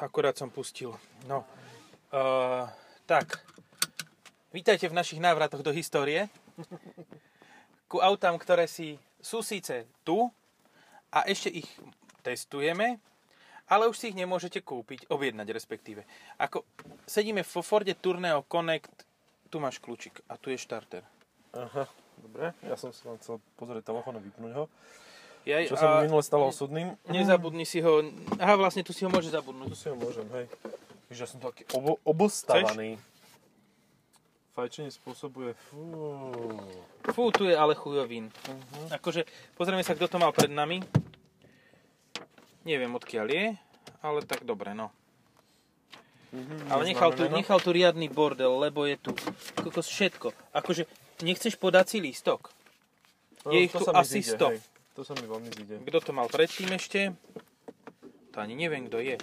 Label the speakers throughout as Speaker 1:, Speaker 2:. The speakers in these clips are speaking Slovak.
Speaker 1: akurát som pustil. No, uh, tak, vítajte v našich návratoch do histórie. Ku autám, ktoré si sú síce tu a ešte ich testujeme, ale už si ich nemôžete kúpiť, objednať respektíve. Ako sedíme vo Forde Tourneo Connect, tu máš kľúčik a tu je štarter.
Speaker 2: Aha, dobre. Ja som si len chcel pozrieť telefón a vypnúť ho.
Speaker 1: Ja,
Speaker 2: Čo sa mi minule stalo osudným.
Speaker 1: Nezabudni si ho, aha vlastne tu si ho môže
Speaker 2: Tu
Speaker 1: zabudnúť.
Speaker 2: si ho môžem, hej. Víš, ja som taký obo- obostávaný. Fajčenie spôsobuje... Fú.
Speaker 1: Fú, tu je ale chujovín. Akože, pozrieme sa, kto to mal pred nami. Neviem, odkiaľ je, ale tak dobre, no. Ale nechal tu,
Speaker 2: Mhm, Neznamená.
Speaker 1: nechal tu riadny bordel, lebo je tu kokos všetko. Akože, nechceš podať si lístok? je ich
Speaker 2: No, to
Speaker 1: tu
Speaker 2: sa mi
Speaker 1: asi
Speaker 2: zíde,
Speaker 1: 100.
Speaker 2: hej. To sa mi veľmi zíde.
Speaker 1: Kto to mal predtým ešte? To ani neviem, kto je.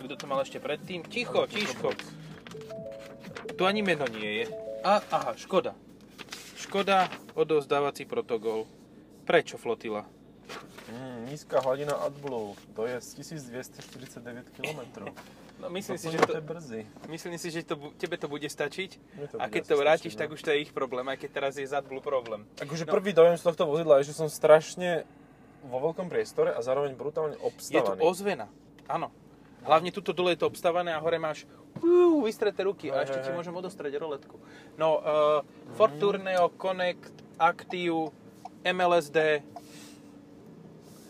Speaker 1: Kto to mal ešte predtým? Ticho, ticho. Tu ani meno nie je. A, aha, škoda. Škoda, odozdávací protokol. Prečo flotila?
Speaker 2: Mm, nízka hladina Adblue, to je z 1249 km.
Speaker 1: No, myslím, si, že
Speaker 2: to...
Speaker 1: to,
Speaker 2: je brzy.
Speaker 1: myslím si, že to, bu- tebe to bude stačiť.
Speaker 2: Mne to
Speaker 1: a
Speaker 2: bude
Speaker 1: keď
Speaker 2: asi
Speaker 1: to vrátiš,
Speaker 2: stačiť,
Speaker 1: tak
Speaker 2: no.
Speaker 1: už to je ich problém, aj keď teraz je zadblu problém.
Speaker 2: Akože
Speaker 1: No.
Speaker 2: prvý dojem z tohto vozidla je, že som strašne vo veľkom priestore a zároveň brutálne
Speaker 1: Je tu
Speaker 2: obstávaný.
Speaker 1: ozvena, áno. Hlavne tuto dole je to obstavané a hore máš uú, vystreté ruky a
Speaker 2: Hej,
Speaker 1: ešte
Speaker 2: hej,
Speaker 1: ti
Speaker 2: hej. Mhm.
Speaker 1: môžem odostrieť roletku. No, uh, Ford Tourneo, Connect, Active, MLSD.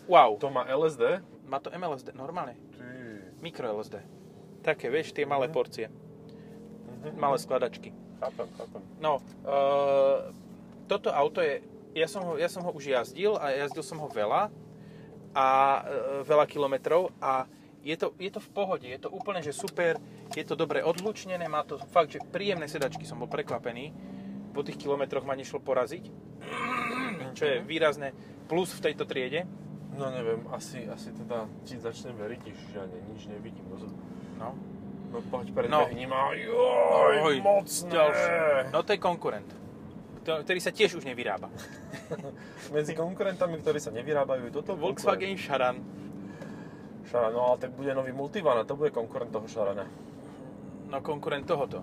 Speaker 1: Wow,
Speaker 2: To má LSD?
Speaker 1: má to MLSD, normálne,
Speaker 2: Ty.
Speaker 1: mikro LSD. Také, vieš, tie malé
Speaker 2: Mhm.
Speaker 1: porcie, malé skladačky.
Speaker 2: Chápem, chápem.
Speaker 1: No, uh, toto auto je, ja som, ho, ja som ho už jazdil a jazdil som ho veľa a e, veľa kilometrov a je to, je to v pohode, je to úplne že super, je to dobre odlučnené, má to fakt, že príjemné sedačky, som bol prekvapený, po tých kilometroch ma nešlo poraziť, čo je výrazné plus v tejto triede.
Speaker 2: No neviem, asi, asi teda ti začnem veriť, že ja ne, nič nevidím. No,
Speaker 1: No,
Speaker 2: no poď pred
Speaker 1: No.
Speaker 2: no. ma. Joj,
Speaker 1: Oj,
Speaker 2: mocné.
Speaker 1: ďalší. no to je konkurent, kto- ktorý sa tiež už nevyrába.
Speaker 2: Medzi konkurentami, ktorí sa nevyrábajú, toto je
Speaker 1: Volkswagen Charan,
Speaker 2: konkurent. Šara, no ale tak bude nový Multivan a to bude konkurent toho Šarana.
Speaker 1: no konkurent tohoto.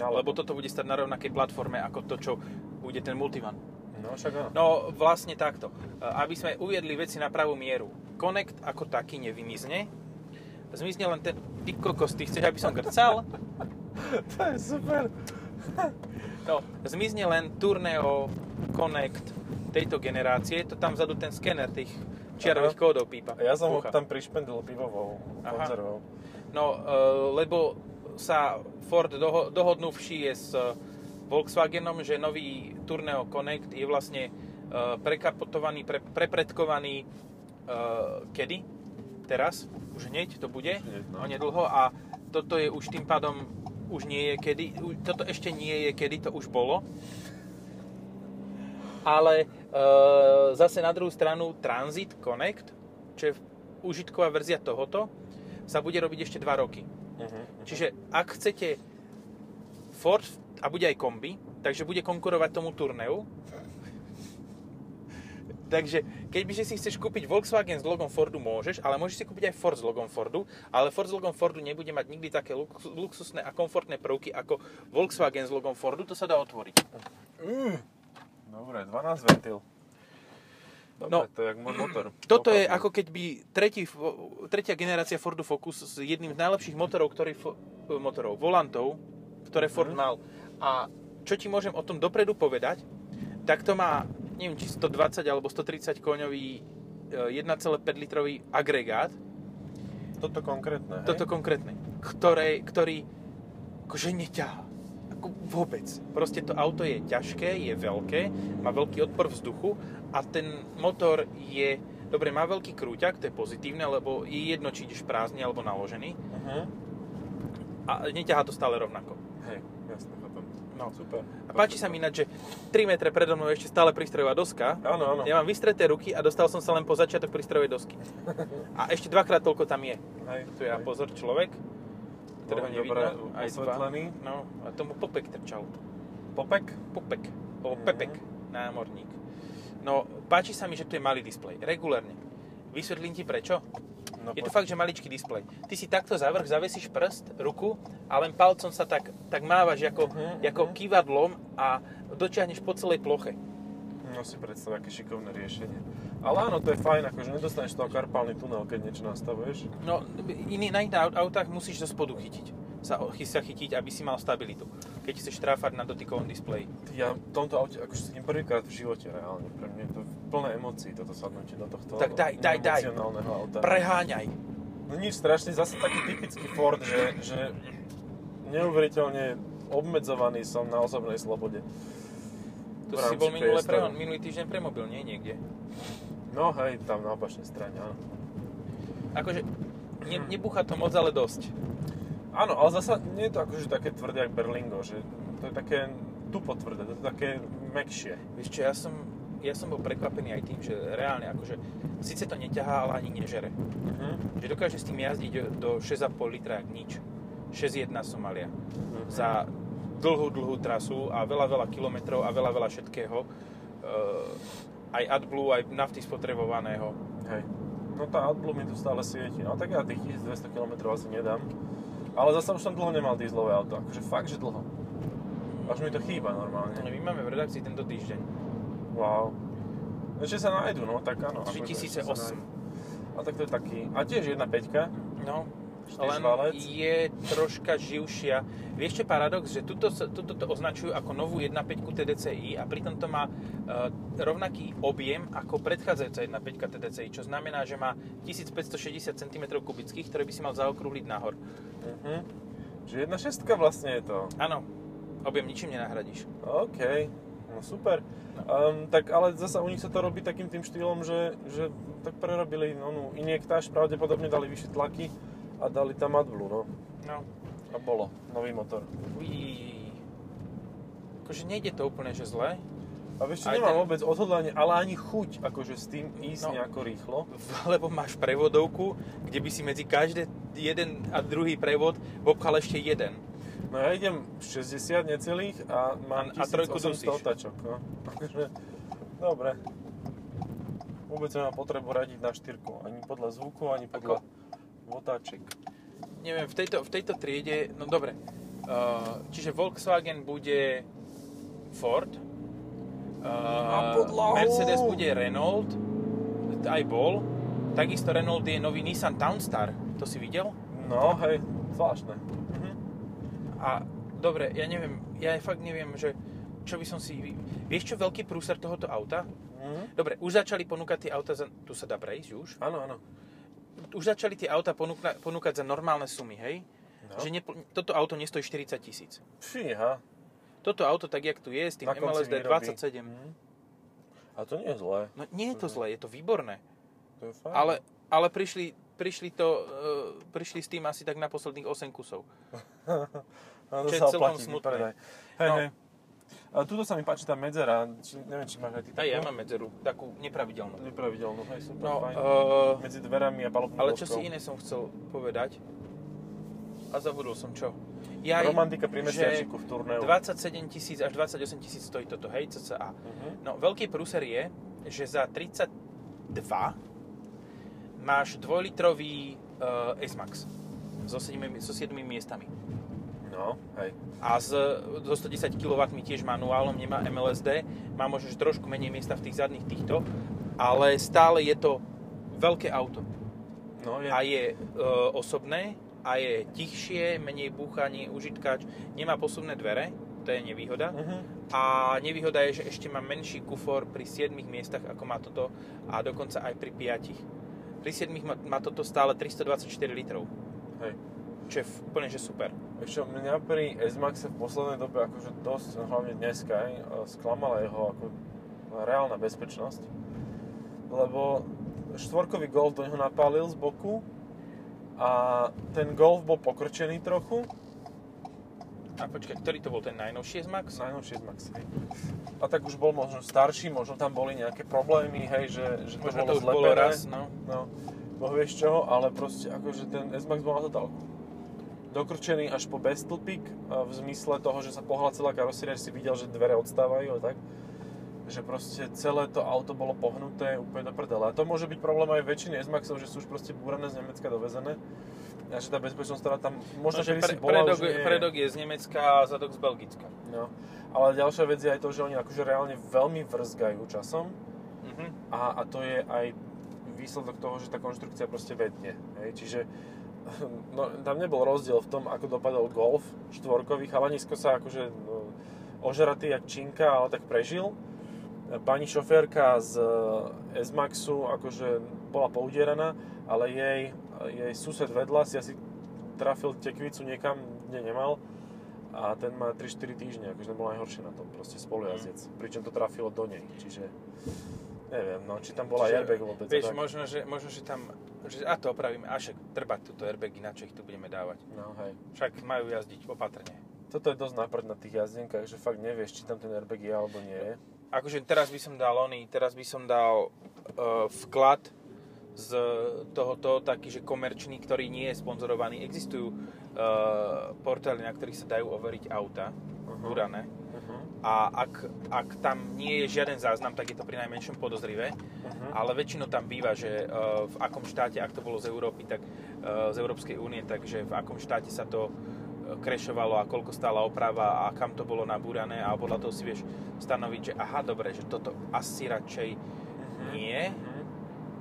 Speaker 2: Ale...
Speaker 1: Lebo toto bude stať na rovnakej platforme ako to, čo bude ten Multivan.
Speaker 2: No však áno.
Speaker 1: No vlastne takto. E, Aby sme uviedli veci na pravú mieru. Connect ako taký nevymizne. Zmizne len ten... Ty kokos, ty chceš, aby som grcal?
Speaker 2: To je super.
Speaker 1: No, zmizne len Tourneo Connect tejto generácie. To tam vzadu ten skener tých čiarových
Speaker 2: Aha.
Speaker 1: kódov pípa.
Speaker 2: Ja som ho
Speaker 1: Ucha.
Speaker 2: tam prišpendil pivovou
Speaker 1: Aha.
Speaker 2: konzervou.
Speaker 1: No, e, lebo sa Ford doho- dohodnú v šíje s e, Volkswagenom, že nový Tourneo Connect je vlastne e, prekapotovaný, pre, prepredkovaný e, kedy? Teraz? Už hneď to bude?
Speaker 2: Už hneď, no.
Speaker 1: Onedlho a toto je už tým pádom už nie je kedy, u- toto ešte nie je kedy, to už bolo. Ale e, zase na druhú stranu Transit Connect, čo je užitková verzia tohoto, sa bude robiť ešte 2 roky.
Speaker 2: Uh-huh.
Speaker 1: Čiže ak chcete Ford a bude aj kombi, takže bude konkurovať tomu turneu. takže keďže si chceš kúpiť Volkswagen s logom Fordu, môžeš, ale môžeš si kúpiť aj Ford s logom Fordu, ale Ford s logom Fordu nebude mať nikdy také lux- luxusné a komfortné prvky ako Volkswagen s logom Fordu, to sa dá otvoriť.
Speaker 2: Dobre, 12 ventil. Dobre,
Speaker 1: No.
Speaker 2: no. to je jak môj motor.
Speaker 1: Toto je
Speaker 2: Opravdu.
Speaker 1: ako keby tretí, fo- tretia generácia Fordu Focus s jedným z najlepších motorov, ktorý, fo- e, motorov, volantov, ktoré Ford
Speaker 2: Mhm.
Speaker 1: mal. A čo ti môžem o tom dopredu povedať, tak to má, neviem, či 120 alebo 130 koňový e, 1,5 litrový agregát,
Speaker 2: Toto konkrétne, hej?
Speaker 1: toto konkrétne, ktoré, ktorý akože neťahá. Ako vôbec. Proste to auto je ťažké, je veľké, má veľký odpor vzduchu a ten motor je... Dobre, má veľký krúťak, to je pozitívne, lebo je jedno, či ideš prázdny alebo naložený
Speaker 2: Uh-huh.
Speaker 1: a neťahá to stále rovnako.
Speaker 2: Hej, jasne, chápem.
Speaker 1: No.
Speaker 2: Super.
Speaker 1: A páči sa mi ináč, že 3 metre predo mnou je ešte stále prístrojová doska.
Speaker 2: Áno, áno.
Speaker 1: Ja mám vystreté ruky a dostal som sa len po začiatok prístrojovej dosky. A ešte dvakrát toľko tam je.
Speaker 2: Hej,
Speaker 1: Tu je a
Speaker 2: hej.
Speaker 1: pozor človek, ktorého
Speaker 2: Veľmi
Speaker 1: nevidno.
Speaker 2: dobre
Speaker 1: Aj dva.
Speaker 2: osvetlený.
Speaker 1: No, a tomu Popek trčal.
Speaker 2: Popek?
Speaker 1: Popek, alebo
Speaker 2: Mhm.
Speaker 1: Pepek, námorník. No, páči sa mi, že tu je malý displej, regulérne. Vysvetlím ti prečo.
Speaker 2: Mhm. No,
Speaker 1: je to
Speaker 2: poď.
Speaker 1: fakt, že maličký displej. Ty si takto zavrch, zavesíš prst, ruku a len palcom sa tak, tak mávaš ako,
Speaker 2: Mhm,
Speaker 1: ako
Speaker 2: mhm.
Speaker 1: kývadlom a dotiahneš po celej ploche.
Speaker 2: No si predstav, aké šikovné riešenie. Ale áno, to je fajn, akože nedostaneš z toho karpálny tunel, keď niečo nastavuješ.
Speaker 1: No, iný, na iných aut- autách musíš zo spodu chytiť sa, o- chy- sa chytiť, aby si mal stabilitu, keď chceš tráfať na dotykovom displeji.
Speaker 2: Ty, Ja v tomto aute akože sedím prvýkrát v živote reálne. Pre mňa je to plné emócií toto sadnutie do tohto
Speaker 1: Tak daj, daj, daj.
Speaker 2: emocionálneho auta.
Speaker 1: Preháňaj.
Speaker 2: No nič strašne, zase taký typický Ford, že, že neuveriteľne obmedzovaný som na osobnej slobode.
Speaker 1: Tu
Speaker 2: V
Speaker 1: si
Speaker 2: rámci
Speaker 1: bol minule pre,
Speaker 2: priestoru.
Speaker 1: minulý týždeň pre mobil, nie niekde.
Speaker 2: No hej, tam na opačnej strane, áno.
Speaker 1: Akože, ne,
Speaker 2: Hm.
Speaker 1: nebucha to moc, ale dosť.
Speaker 2: Áno, ale zasa nie je to akože také tvrdé jak Berlingo, že to je také tupo tvrdé, to je také mekšie.
Speaker 1: Vieš čo, ja som, ja som bol prekvapený aj tým, že reálne akože, síce to neťahá, ale ani nežere.
Speaker 2: Mhm.
Speaker 1: Že dokáže s tým jazdiť do 6,5 litra, ak nič. 6,1 Somalia. Za dlhú, dlhú trasu a veľa, veľa kilometrov a veľa, veľa všetkého. Eh, aj AdBlue, aj nafty spotrebovaného.
Speaker 2: Hej. No tá Outblue mi tu stále svieti. No tak ja tých 1200 km asi nedám. Ale zase už som dlho nemal dieselové auto. Akože fakt, že dlho. Až mi to chýba normálne.
Speaker 1: My máme v redakcii tento týždeň.
Speaker 2: No, Wow. Ešte sa nájdu, no tak áno. akože ešte sa
Speaker 1: 3008.
Speaker 2: nájdu. A tak to je taký. A tiež jedna peťka.
Speaker 1: No, len
Speaker 2: Štýžvalec.
Speaker 1: je troška živšia. Vieš čo je paradox, že tuto, sa- tuto to označujú ako novú 1.5 TDCi a pritom to má e, rovnaký objem ako predchádzajúca 1.5 TDCi, čo znamená, že má 1560 cm3, ktoré by si mal zaokrúhliť nahor.
Speaker 2: Mhm. Čiže jedna šestka vlastne je to.
Speaker 1: Áno, objem ničím nenahradíš.
Speaker 2: OK, no super. Um, tak ale zasa u nich sa to robí takým tým štýlom, že, že tak prerobili onú injektáž, pravdepodobne dali vyššie tlaky a dali tam AdBlue, no.
Speaker 1: No,
Speaker 2: A bolo, nový motor.
Speaker 1: ují. Akože nejde to úplne, že zle.
Speaker 2: A vieš
Speaker 1: Aj
Speaker 2: čo, nemám
Speaker 1: ten-
Speaker 2: vôbec odhodlanie, ale ani chuť, akože s tým ísť
Speaker 1: No.
Speaker 2: nejako rýchlo.
Speaker 1: Lebo máš prevodovku, kde by si medzi každé jeden a druhý prevod obchal ešte jeden.
Speaker 2: No ja idem 60 necelých a mám
Speaker 1: A- a trojku
Speaker 2: 1800
Speaker 1: dusíš.
Speaker 2: otáčok, no. Takže, dobre. Vôbec nemám potrebu radiť na štyrku, ani podľa zvuku, ani podľa otáček.
Speaker 1: neviem, v tejto, v tejto triede, no dobre, uh, čiže Volkswagen bude Ford, uh,
Speaker 2: podlahu!
Speaker 1: Mercedes bude Renault, aj bol, takisto Renault je nový Nissan Townstar, to si videl?
Speaker 2: No, hej, zvláštne. Mhm.
Speaker 1: A dobre, ja neviem, ja fakt neviem, že čo by som si... Vieš čo veľký prúser tohoto auta?
Speaker 2: Mhm.
Speaker 1: Dobre, už začali ponúkať tie auta, za, tu sa dá prejsť už,
Speaker 2: Áno, áno.
Speaker 1: už začali tie auta ponúkna, ponúkať za normálne sumy, hej?
Speaker 2: No.
Speaker 1: Že nepl- toto auto nestojí 40 tisíc.
Speaker 2: Fíha.
Speaker 1: Toto auto, tak jak tu je, s tým
Speaker 2: na konci
Speaker 1: MLSD
Speaker 2: výroby.
Speaker 1: 27.
Speaker 2: Mhm. A to nie je zlé.
Speaker 1: No nie je to zlé, je to výborné.
Speaker 2: To je fajn.
Speaker 1: Ale, ale prišli, prišli, to, e, prišli s tým asi tak na posledných 8 kusov.
Speaker 2: no, to
Speaker 1: čo je
Speaker 2: sa
Speaker 1: celkom
Speaker 2: oplatí,
Speaker 1: smutné.
Speaker 2: vypredaj. Hej,
Speaker 1: No.
Speaker 2: hej. A tuto sa mi páči tá medzera. Či, neviem, či máš aj ty
Speaker 1: Aj
Speaker 2: takú?
Speaker 1: ja mám medzeru, takú nepravidelnú.
Speaker 2: Nepravidelnú, hej, super,
Speaker 1: No,
Speaker 2: fajn.
Speaker 1: e,
Speaker 2: Medzi dverami a palubnou
Speaker 1: ale čo
Speaker 2: doskou.
Speaker 1: si iné som chcel povedať? A zabudol som čo? Ja,
Speaker 2: Romantika pri
Speaker 1: že
Speaker 2: mesiačiku v turnéu.
Speaker 1: 27 tisíc až 28 tisíc stojí toto, hej, cca.
Speaker 2: Mhm.
Speaker 1: No, veľký prúser je, že za 32 máš dvojlitrový uh, S-Max so 7, so 7 miestami.
Speaker 2: No, hej.
Speaker 1: A s, so 110 kW tiež manuálom, nemá MLSD, má možno že trošku menej miesta v tých zadných týchto, ale stále je to veľké auto.
Speaker 2: No, je,
Speaker 1: A je e, osobné, a je tichšie, menej búchanie, užitkáč, nemá posuvné dvere, to je nevýhoda.
Speaker 2: Mhm.
Speaker 1: A nevýhoda je, že ešte má menší kufor pri 7 miestach, ako má toto, a dokonca aj pri 5. Pri 7 má, má toto stále 324 litrov,
Speaker 2: hej.
Speaker 1: čo je f- úplne že super.
Speaker 2: Ešte mňa pri S-Maxe v poslednej dobe akože dosť, no hlavne dneska, aj, e, sklamala jeho ako reálna bezpečnosť. Lebo štvorkový golf do neho napálil z boku a ten golf bol pokrčený trochu.
Speaker 1: A počkaj, ktorý to bol ten najnovší Max?
Speaker 2: Najnovšie S-Max, hej. A tak už bol možno starší, možno tam boli nejaké problémy, hej, že, že to
Speaker 1: Možno
Speaker 2: bolo
Speaker 1: to už bolo
Speaker 2: zlepené.
Speaker 1: raz, no.
Speaker 2: No, boh vieš čoho, ale proste akože ten S-Max bol na totálku. Dokrčený až po bestlpik, v zmysle toho, že sa pohla celá karoséria, že si videl, že dvere odstávajú a tak. že proste celé to auto bolo pohnuté úplne do prdele. A to môže byť problém aj väčšiny S-Maxov, že sú už proste búrané z Nemecka dovezené. A že tá bezpečnosť, ktorá tam
Speaker 1: No,
Speaker 2: možno
Speaker 1: že
Speaker 2: no,
Speaker 1: pre,
Speaker 2: pre, bola,
Speaker 1: predok,
Speaker 2: už nie je.
Speaker 1: predok je z Nemecka a zadok z Belgicka.
Speaker 2: No. Ale ďalšia vec je aj to, že oni akože reálne veľmi vrzgajú časom
Speaker 1: Mhm.
Speaker 2: a, a to je aj výsledok toho, že tá konštrukcia proste vedne. Hej? Čiže no, tam nebol rozdiel v tom, ako dopadol golf štvorkový. Chalanisko sa akože no, ožratý jak činka, ale tak prežil. Pani šoférka z eh, S-Maxu akože bola poudieraná, ale jej, jej sused vedľa si asi trafil tekvicu niekam, kde nemal a ten má 3-4 týždne, akože to bol najhoršie na tom, proste spolujazdec. Pričom to trafilo do nej, čiže neviem, no, či tam bola
Speaker 1: Čiže,
Speaker 2: airbag vôbec.
Speaker 1: Vieš,
Speaker 2: tak.
Speaker 1: možno že, možno, že tam... Že, a to opravíme. A však treba túto airbagy, na čo ich tu budeme dávať.
Speaker 2: No, hej.
Speaker 1: Však majú jazdiť opatrne.
Speaker 2: Toto je dosť náprd na tých jazdenkách, že fakt nevieš, či tam ten airbag je alebo nie je.
Speaker 1: Akože teraz by som dal oný, teraz by som dal eh, vklad z tohoto taký, že komerčný, ktorý nie je sponzorovaný. Existujú eh, portály, na ktorých sa dajú overiť auta,
Speaker 2: Aha.
Speaker 1: urané.
Speaker 2: Uh-huh.
Speaker 1: A ak, ak tam nie je žiaden záznam, tak je to pri najmenšom podozrivé.
Speaker 2: Uh-huh.
Speaker 1: Ale väčšinou tam býva, že eh, v akom štáte, ak to bolo z Európy, tak eh, z Európskej únie, takže v akom štáte sa to eh, krešovalo a koľko stála oprava a kam to bolo nabúrané a podľa toho si vieš stanoviť, že aha, dobre, že toto asi radšej nie.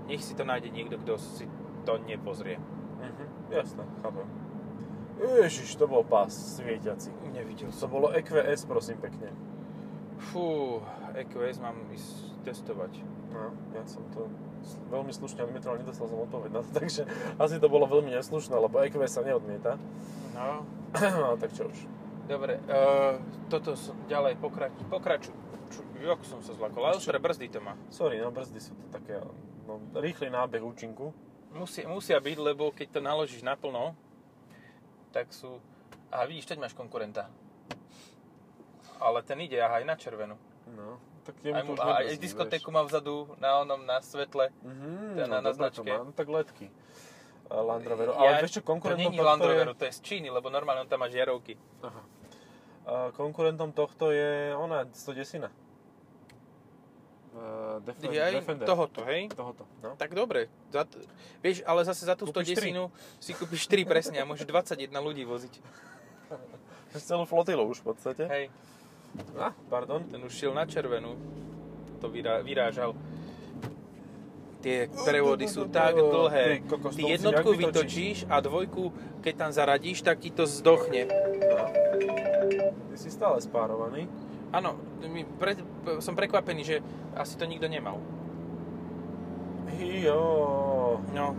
Speaker 1: Nech si to nájde niekto, kto si to nepozrie. mhm.
Speaker 2: Jasné, chápem. Ježiš, to bol pás svietiaci.
Speaker 1: Nevidel
Speaker 2: To bolo EQS, prosím pekne.
Speaker 1: Fú, EQS mám ísť testovať.
Speaker 2: No, ja som to s- veľmi slušne odmietol, ale nedostal som odpoveď na to, takže asi to bolo veľmi neslušné, lebo EQS sa neodmieta.
Speaker 1: No,
Speaker 2: No, tak čo už.
Speaker 1: Dobre, uh, toto som ďalej pokrač, pokračuj. Ču- Jak som sa zlakol, ale ostré brzdy to má.
Speaker 2: Sorry, no brzdy sú to také, no, rýchly nábeh účinku.
Speaker 1: Musia, musia byť, lebo keď to naložíš naplno, tak sú... Aha, vidíš, teď máš konkurenta. Ale ten ide, aha, aj na červenú.
Speaker 2: No, tak jemu
Speaker 1: Aj,
Speaker 2: to
Speaker 1: mu,
Speaker 2: už
Speaker 1: a aj
Speaker 2: nebrzdí,
Speaker 1: diskotéku
Speaker 2: vieš.
Speaker 1: má vzadu na onom, na svetle.
Speaker 2: Mhm,
Speaker 1: to je na- na
Speaker 2: dobre to
Speaker 1: značke.
Speaker 2: má. No, tak letky. A Land Roveru. Ale vieš čo, konkurentom
Speaker 1: To není
Speaker 2: tohto
Speaker 1: Land
Speaker 2: je-
Speaker 1: Roveru, to je z Číny, lebo normálne on tam má žiarovky.
Speaker 2: Aha. A konkurentom tohto je ona, 110. Uh, Defender.
Speaker 1: Jej,
Speaker 2: Defender.
Speaker 1: tohoto, hej?
Speaker 2: Tohoto, no.
Speaker 1: Tak dobre, za t- vieš, ale zase za tú
Speaker 2: Kúpiš
Speaker 1: 110 si kúpiš 4 presne a môžeš 21 ľudí voziť.
Speaker 2: Celú flotilu už v podstate.
Speaker 1: Hej.
Speaker 2: Ah, pardon.
Speaker 1: Ten už šiel na červenú, to vyrá, vyrážal. Tie prevody sú tak dlhé.
Speaker 2: Ty kokos,
Speaker 1: Ty
Speaker 2: to musím
Speaker 1: jednotku
Speaker 2: jak vytočiť.
Speaker 1: vytočíš a dvojku, keď tam zaradíš, tak ti to zdochne.
Speaker 2: No. Ty si stále spárovaný.
Speaker 1: Áno, my pre, p- som prekvapený, že asi to nikto nemal.
Speaker 2: Jo.
Speaker 1: No,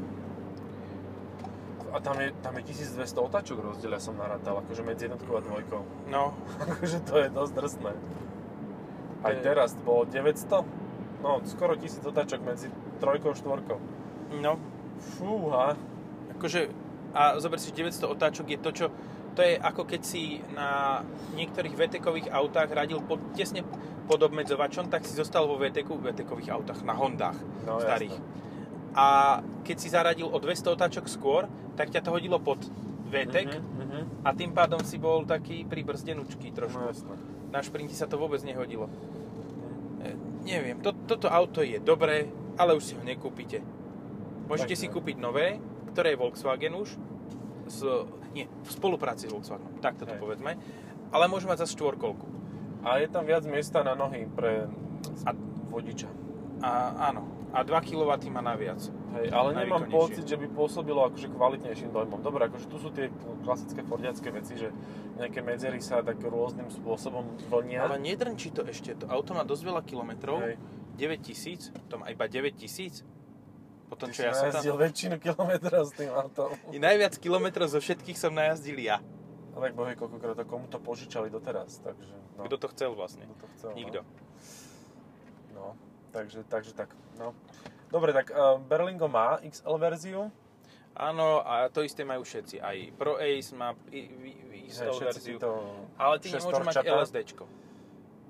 Speaker 2: A tam je, tam je 1200 otáčok rozdiel, ja som narátal, akože medzi jednotkou a dvojkou.
Speaker 1: no,
Speaker 2: Akože to je dosť drsné. Aj
Speaker 1: To je-
Speaker 2: teraz to bolo 900, no skoro 1000 otáčok medzi trojkou a štvorkou.
Speaker 1: no.
Speaker 2: Fúha.
Speaker 1: Akože, a zober si, 900 otáčok je to, čo... To je ako keď si na niektorých VTkových autách radil pod, tesne pod obmedzovačom, tak si zostal vo VTku, VTkových autách, na Hondách.
Speaker 2: No,
Speaker 1: starých.
Speaker 2: jasné.
Speaker 1: A keď si zaradil o 200 otáčok skôr, tak ťa to hodilo pod VTEK
Speaker 2: Mhm, mhm.
Speaker 1: a tým pádom si bol taký pri brzdenučky
Speaker 2: No
Speaker 1: trošku.
Speaker 2: jasné.
Speaker 1: Na šprinti sa to vôbec nehodilo. E, neviem, to, toto auto je dobré, ale už si ho nekúpite. Môžete
Speaker 2: Tak no.
Speaker 1: si
Speaker 2: ne.
Speaker 1: kúpiť nové, ktoré je Volkswagen už, s, nie, v spolupráci s Volkswagenom, takto to
Speaker 2: Hej.
Speaker 1: povedzme, ale môže mať zase štvorkolku.
Speaker 2: A je tam viac miesta na nohy pre a
Speaker 1: A-
Speaker 2: vodiča.
Speaker 1: A áno, a 2 kW má naviac.
Speaker 2: Hej, ale nemám
Speaker 1: Najvýkonnejšie.
Speaker 2: pocit, že by pôsobilo akože kvalitnejším dojmom. Dobre, akože tu sú tie klasické fordiacké veci, že nejaké medzery sa tak rôznym spôsobom vlnia.
Speaker 1: Ale nedrnčí to ešte, to auto má dosť veľa kilometrov,
Speaker 2: Hej.
Speaker 1: 9000, to má iba 9000. Potom
Speaker 2: Ty
Speaker 1: čo
Speaker 2: si
Speaker 1: ja som tam...
Speaker 2: najazdil väčšinu kilometra s tým autom.
Speaker 1: I najviac kilometrov zo všetkých som najazdil ja.
Speaker 2: A tak bohej, koľkokrát to komu to požičali doteraz, takže... No,
Speaker 1: Kto to chcel vlastne?
Speaker 2: kto to chcel, no.
Speaker 1: Nikto.
Speaker 2: No, takže, takže tak, no. Dobre, tak uh, Berlingo má XL verziu,
Speaker 1: Áno, a to isté majú všetci. Aj Pro Ace má i- i- i-
Speaker 2: Hej,
Speaker 1: istú
Speaker 2: všetci
Speaker 1: verziu.
Speaker 2: títo
Speaker 1: Ale ty nemôžu mať
Speaker 2: šestorčatá
Speaker 1: LSDčko.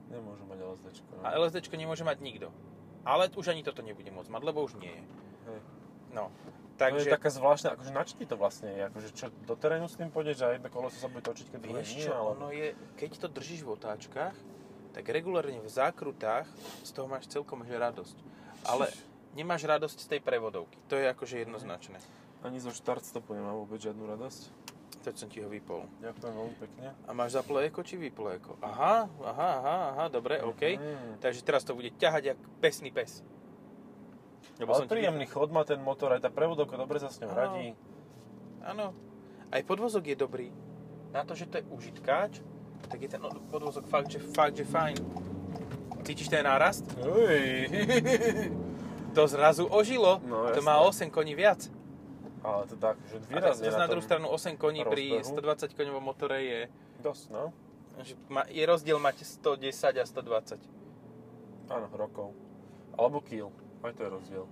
Speaker 2: Nemôžu mať LSDčko. No.
Speaker 1: A LSDčko nemôže mať nikto. Ale už ani toto nebude môcť mať, lebo už nie je.
Speaker 2: Hej.
Speaker 1: No. Takže
Speaker 2: Takže... To je taká zvláštna, akože načti to vlastne je, akože čo, do terénu s tým pôjdeš a jedno kolo sa bude točiť, keď druhé
Speaker 1: vieš
Speaker 2: nie,
Speaker 1: čo,
Speaker 2: ale...
Speaker 1: ono je, keď to držíš v otáčkach, tak regulárne v zákrutách z toho máš celkom že radosť. Ale nemáš radosť z tej prevodovky. To je akože jednoznačné.
Speaker 2: Ani zo štart stopu nemám vôbec žiadnu radosť.
Speaker 1: Teď som ti ho vypol.
Speaker 2: Ďakujem veľmi pekne.
Speaker 1: A máš zaplejko či vyplejko? Aha, aha, aha, aha, dobre, OK.
Speaker 2: Mm.
Speaker 1: Takže teraz to bude ťahať jak pesný pes.
Speaker 2: Ale
Speaker 1: ti
Speaker 2: príjemný chod má ten motor, aj tá prevodovka dobre sa s ňou
Speaker 1: Áno.
Speaker 2: radí.
Speaker 1: Áno. Aj podvozok je dobrý. Na to, že to je užitkáč, tak je ten podvozok fakt, že, fakt, že fajn. Cítiš ten nárast?
Speaker 2: Uj.
Speaker 1: To zrazu ožilo.
Speaker 2: No,
Speaker 1: to
Speaker 2: jasné.
Speaker 1: má 8 koní viac.
Speaker 2: Ale teda akože
Speaker 1: A tak
Speaker 2: výrazne
Speaker 1: zase na druhú
Speaker 2: tom
Speaker 1: stranu 8 koní pri
Speaker 2: rozbehu.
Speaker 1: 120 koňovom motore je,
Speaker 2: Dosť, no.
Speaker 1: že má, je rozdiel mať 110 a 120.
Speaker 2: Áno, rokov. Alebo kýl. Aj to je rozdiel.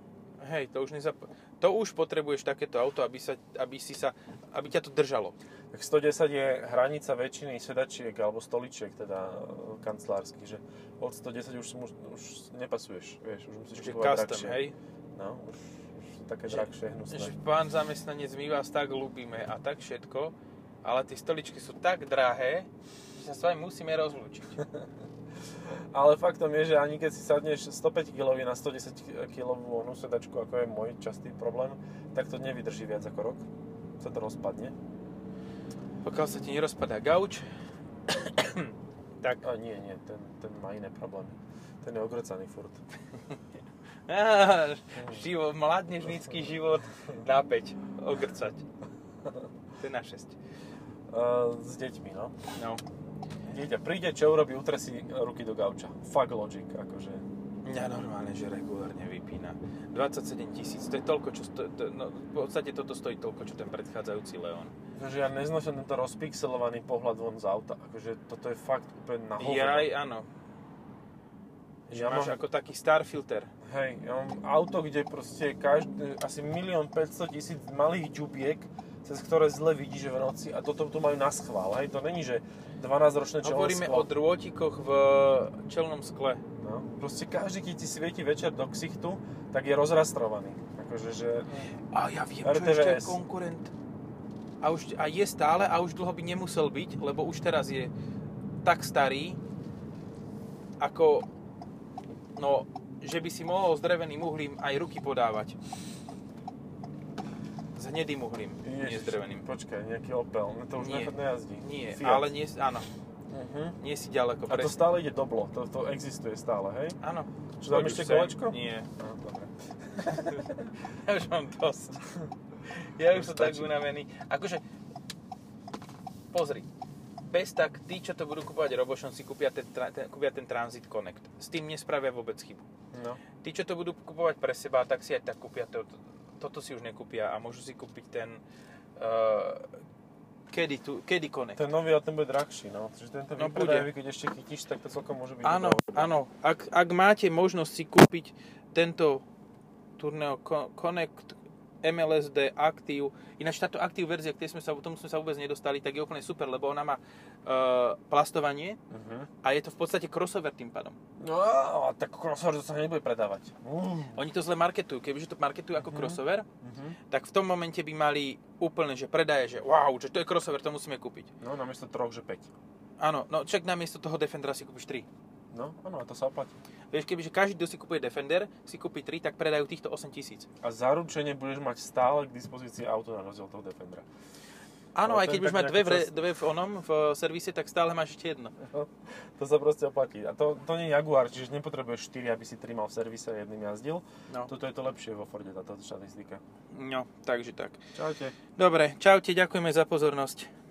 Speaker 1: Hej, to už, nezap... to už potrebuješ takéto auto, aby, sa, aby, si sa, aby ťa to držalo.
Speaker 2: Tak 110 je hranica väčšiny sedačiek alebo stoličiek, teda e, kancelárskych, že od 110 už, si mu, už nepasuješ, vieš, už musíš
Speaker 1: Že
Speaker 2: kupovať
Speaker 1: custom,
Speaker 2: drahšie.
Speaker 1: hej?
Speaker 2: No, už, už sú také
Speaker 1: Že-
Speaker 2: drahšie hnusné.
Speaker 1: Že pán zamestnanec, my vás tak ľúbime a tak všetko, ale tie stoličky sú tak drahé, že sa s vami musíme rozlúčiť.
Speaker 2: Ale faktom je, že ani keď si sadneš 105 kg na 110 kg onú sedačku, ako je môj častý problém, tak to nevydrží viac ako rok. Sa to rozpadne.
Speaker 1: Pokiaľ sa ti nerozpadá gauč, tak...
Speaker 2: A nie, nie, ten, ten má iné problémy. Ten je ogrecaný furt.
Speaker 1: Á, život, mladnežnícky život na 5. Ogrcať. To je na 6.
Speaker 2: Uh, s deťmi, no.
Speaker 1: No.
Speaker 2: Dieťa príde, čo urobí, utre si ruky do gauča. Fuck logic, akože.
Speaker 1: Mňa normálne, že regulárne vypína. 27 tisíc, to je toľko, čo... Sto, to, no, v podstate toto stojí toľko, čo ten predchádzajúci Leon.
Speaker 2: Akože ja neznášam tento rozpixelovaný pohľad von z auta. Akože toto je fakt úplne na hovno.
Speaker 1: Jaj, áno. Že
Speaker 2: Ja
Speaker 1: máš
Speaker 2: mám-
Speaker 1: ako taký star filter.
Speaker 2: Hej, ja mám auto, kde proste každý, asi 1 500 tisíc malých ďubiek, cez ktoré zle vidíš v noci a toto tu majú na schvál. Hej, to není, že 12-ročné čelné
Speaker 1: Hovoríme
Speaker 2: sklo.
Speaker 1: o drôtikoch v eh, čelnom skle.
Speaker 2: No, proste každý, keď ti svieti večer do ksichtu, tak je rozrastrovaný. Akože, že...
Speaker 1: A ja viem,
Speaker 2: RTVS.
Speaker 1: čo ešte je konkurent. A, už, a je stále a už dlho by nemusel byť, lebo už teraz je tak starý, ako no, že by si mohol s dreveným uhlím aj ruky podávať. S hnedým uhlím, nie s dreveným.
Speaker 2: Počkaj, nejaký Opel, no to už
Speaker 1: Nie.
Speaker 2: nechod nejazdí.
Speaker 1: Nie,
Speaker 2: Fiat.
Speaker 1: ale nie, áno,
Speaker 2: Mhm.
Speaker 1: nie si ďaleko.
Speaker 2: A to
Speaker 1: presne.
Speaker 2: stále ide doblo, to, to existuje stále, hej?
Speaker 1: Áno.
Speaker 2: Čo, dám
Speaker 1: Choď
Speaker 2: ešte
Speaker 1: už sem.
Speaker 2: kolečko?
Speaker 1: Nie.
Speaker 2: No, dobre.
Speaker 1: Ja už mám dosť. Ja už
Speaker 2: Už
Speaker 1: som tak
Speaker 2: stačí.
Speaker 1: unavený. Akože, pozri, bez tak, tí, čo to budú kupovať Robošon, si kúpia ten, tra- ten, kúpia ten Transit Connect. S tým nespravia vôbec chybu.
Speaker 2: No.
Speaker 1: Tí, čo to budú kupovať pre seba, tak si aj tak kúpia to, to, toto si už nekúpia a môžu si kúpiť ten uh, kedy, tu, kedy Connect.
Speaker 2: Ten nový a ten bude drahší, no. Čiže tento
Speaker 1: No,
Speaker 2: no,
Speaker 1: bude.
Speaker 2: vypredaj, keď ešte chytíš, tak to celkom môže byť
Speaker 1: Áno,
Speaker 2: dobrá voľba.
Speaker 1: áno. Ak, ak máte možnosť si kúpiť tento Tourneo Co- Connect MLSD Active, ináč táto Active verzia, k tej sme sa, tomu sme sa vôbec nedostali, tak je úplne super, lebo ona má e, plastovanie
Speaker 2: Mhm.
Speaker 1: a je to v podstate crossover tým pádom.
Speaker 2: No, a tak crossover to sa nebude predávať.
Speaker 1: Oni to zle marketujú, kebyže to marketujú ako
Speaker 2: Mhm.
Speaker 1: crossover,
Speaker 2: Mhm.
Speaker 1: tak v tom momente by mali úplne, že predaje, že wow, že to je crossover, to musíme kúpiť.
Speaker 2: No, namiesto troch, že 5.
Speaker 1: Áno, no čak namiesto toho Defendera si kúpiš 3.
Speaker 2: No, áno, a to sa oplatí.
Speaker 1: Vieš, kebyže každý, kto si kupuje Defender, si kúpi 3, tak predajú týchto 8 tisíc.
Speaker 2: A zaručenie budeš mať stále k dispozícii auto na rozdiel toho Defendera.
Speaker 1: Áno,
Speaker 2: Ale
Speaker 1: aj
Speaker 2: to
Speaker 1: keď
Speaker 2: je
Speaker 1: budeš
Speaker 2: tak
Speaker 1: mať dve v,
Speaker 2: nejako
Speaker 1: re-
Speaker 2: cez-
Speaker 1: dve v onom, v servise, tak stále máš ešte jedno.
Speaker 2: To sa proste oplatí. A to, to nie je Jaguar, čiže nepotrebuješ 4, aby si 3 mal v servise a jedným jazdil.
Speaker 1: No.
Speaker 2: Toto je to lepšie vo Forde, táto štatistika.
Speaker 1: no, takže tak.
Speaker 2: Čaute.
Speaker 1: Dobre, čaute, ďakujeme za pozornosť.